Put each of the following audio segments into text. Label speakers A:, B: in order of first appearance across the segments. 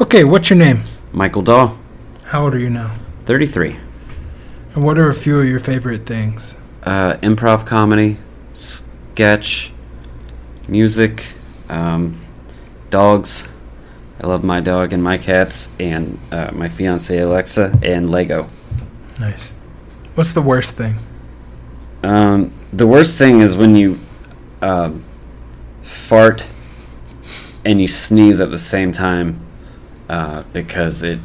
A: Okay, what's your name?
B: Michael Dahl,
A: How old are you now?
B: 33.
A: And what are a few of your favorite things?
B: Uh, improv comedy, sketch, music, um, dogs. I love my dog and my cats, and uh, my fiance Alexa, and Lego.
A: Nice. What's the worst thing?
B: Um, the worst thing is when you um, fart and you sneeze at the same time uh, because it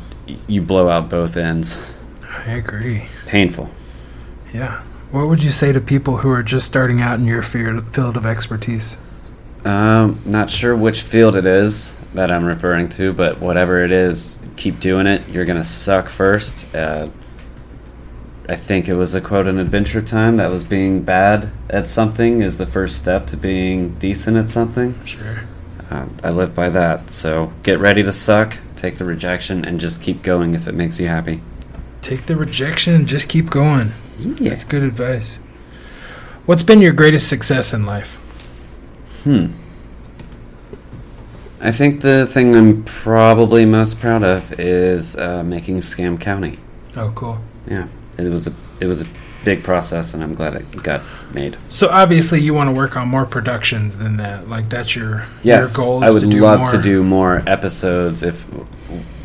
B: you blow out both ends.
A: I agree.
B: Painful.
A: Yeah. What would you say to people who are just starting out in your fear, field of expertise?
B: Um, not sure which field it is that I'm referring to, but whatever it is, keep doing it. You're gonna suck first. Uh, I think it was a quote in Adventure Time that was being bad at something is the first step to being decent at something.
A: Sure.
B: Um, I live by that. So get ready to suck, take the rejection, and just keep going if it makes you happy.
A: Take the rejection and just keep going.
B: Yeah.
A: That's good advice. What's been your greatest success in life?
B: Hmm. I think the thing I'm probably most proud of is uh, making Scam County.
A: Oh, cool.
B: Yeah, it was a it was a big process, and I'm glad it got made.
A: So obviously you want to work on more productions than that. Like that's your
B: Yes,
A: your goal.
B: I
A: is
B: would
A: to do
B: love
A: more.
B: to do more episodes. If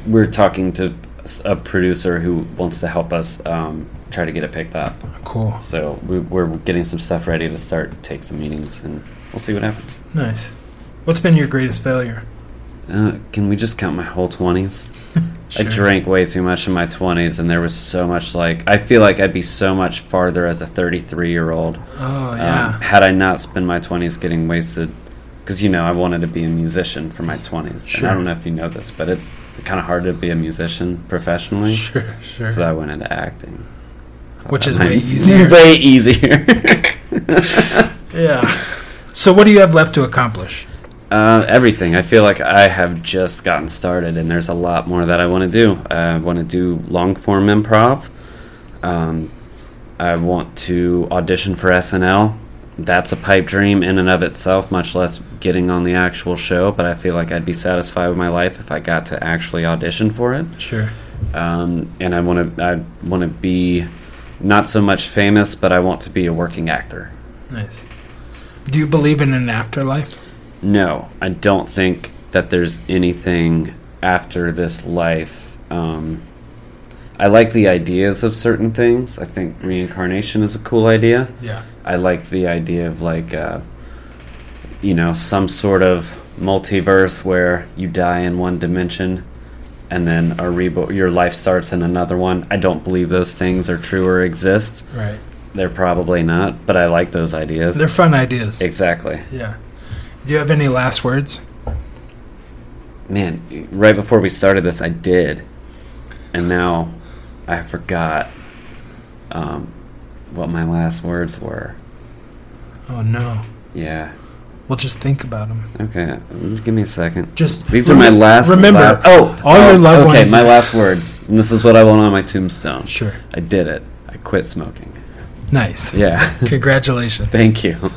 B: we're talking to s- a producer who wants to help us um, try to get it picked up,
A: Cool.
B: so we, we're getting some stuff ready to start take some meetings, and we'll see what happens.
A: Nice. What's been your greatest failure?
B: Uh, can we just count my whole twenties?
A: Sure.
B: I drank way too much in my 20s, and there was so much like I feel like I'd be so much farther as a 33 year old
A: Oh
B: um,
A: yeah.
B: had I not spent my 20s getting wasted. Because you know, I wanted to be a musician for my 20s.
A: Sure.
B: And I don't know if you know this, but it's kind of hard to be a musician professionally.
A: sure. Sure.
B: So I went into acting,
A: Which is
B: Mine-
A: way easier.
B: Way easier.
A: yeah. So what do you have left to accomplish?
B: Uh, everything. I feel like I have just gotten started, and there's a lot more that I want to do. I want to do long form improv. Um, I want to audition for SNL. That's a pipe dream in and of itself, much less getting on the actual show. But I feel like I'd be satisfied with my life if I got to actually audition for it
A: Sure.
B: um, and I want to I want to be not so much famous, but I want to be a working actor.
A: Nice. Do you believe in an afterlife?
B: No, I don't think that there's anything after this life. Um, I like the ideas of certain things. I think reincarnation is a cool idea.
A: Yeah.
B: I like the idea of like, uh, you know, some sort of multiverse where you die in one dimension and then a rebo- your life starts in another one. I don't believe those things are true or exist.
A: Right.
B: They're probably not, but I like those ideas.
A: They're fun ideas.
B: exactly.
A: Yeah. Do you have any last words?
B: Man, right before we started this, I did. And now I forgot um, what my last words were.
A: Oh no.
B: Yeah.
A: Well, just think about them.
B: Okay. Give me a second.
A: Just
B: These are my
A: remem-
B: last.
A: Remember,
B: last- oh,
A: all
B: oh,
A: your loved
B: Okay,
A: ones-
B: my last words. And this is what I want on my tombstone.
A: Sure.
B: I did it. I quit smoking.
A: Nice.
B: Yeah.
A: Congratulations.
B: Thank you.